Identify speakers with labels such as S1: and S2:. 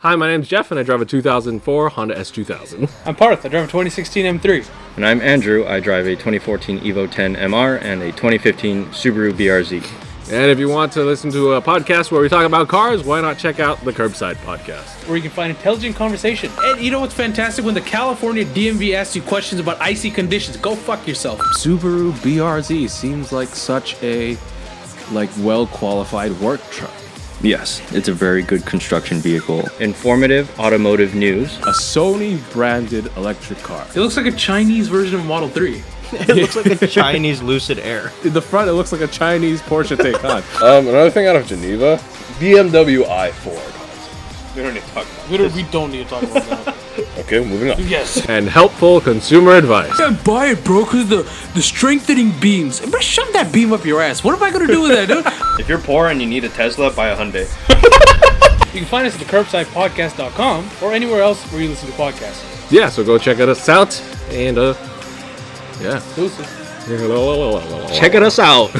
S1: Hi, my name's Jeff, and I drive a 2004 Honda S2000.
S2: I'm Parth. I drive a 2016 M3.
S3: And I'm Andrew. I drive a 2014 Evo 10 MR and a 2015 Subaru BRZ.
S1: And if you want to listen to a podcast where we talk about cars, why not check out the Curbside Podcast?
S2: where you can find intelligent conversation.
S4: And you know what's fantastic? When the California DMV asks you questions about icy conditions, go fuck yourself.
S5: Subaru BRZ seems like such a like well-qualified work truck.
S6: Yes, it's a very good construction vehicle.
S3: Informative automotive news.
S5: A Sony branded electric car.
S4: It looks like a Chinese version of Model 3.
S7: It looks like a Chinese Lucid Air.
S5: In the front it looks like a Chinese Porsche Taycan.
S8: Um, another thing out of Geneva, BMW i4. We don't need to talk about
S2: Literally, we don't need to talk about that.
S8: it. Okay, moving on.
S2: yes.
S1: And helpful consumer advice.
S4: Yeah, buy it, bro, because the, the strengthening beams. But shove that beam up your ass. What am I going to do with that, dude?
S3: If you're poor and you need a Tesla, buy a Hyundai.
S2: You can find us at thecurbsidepodcast.com or anywhere else where you listen to podcasts.
S1: Yeah, so go check us out, and uh, yeah.
S2: Deuces.
S3: Check us out.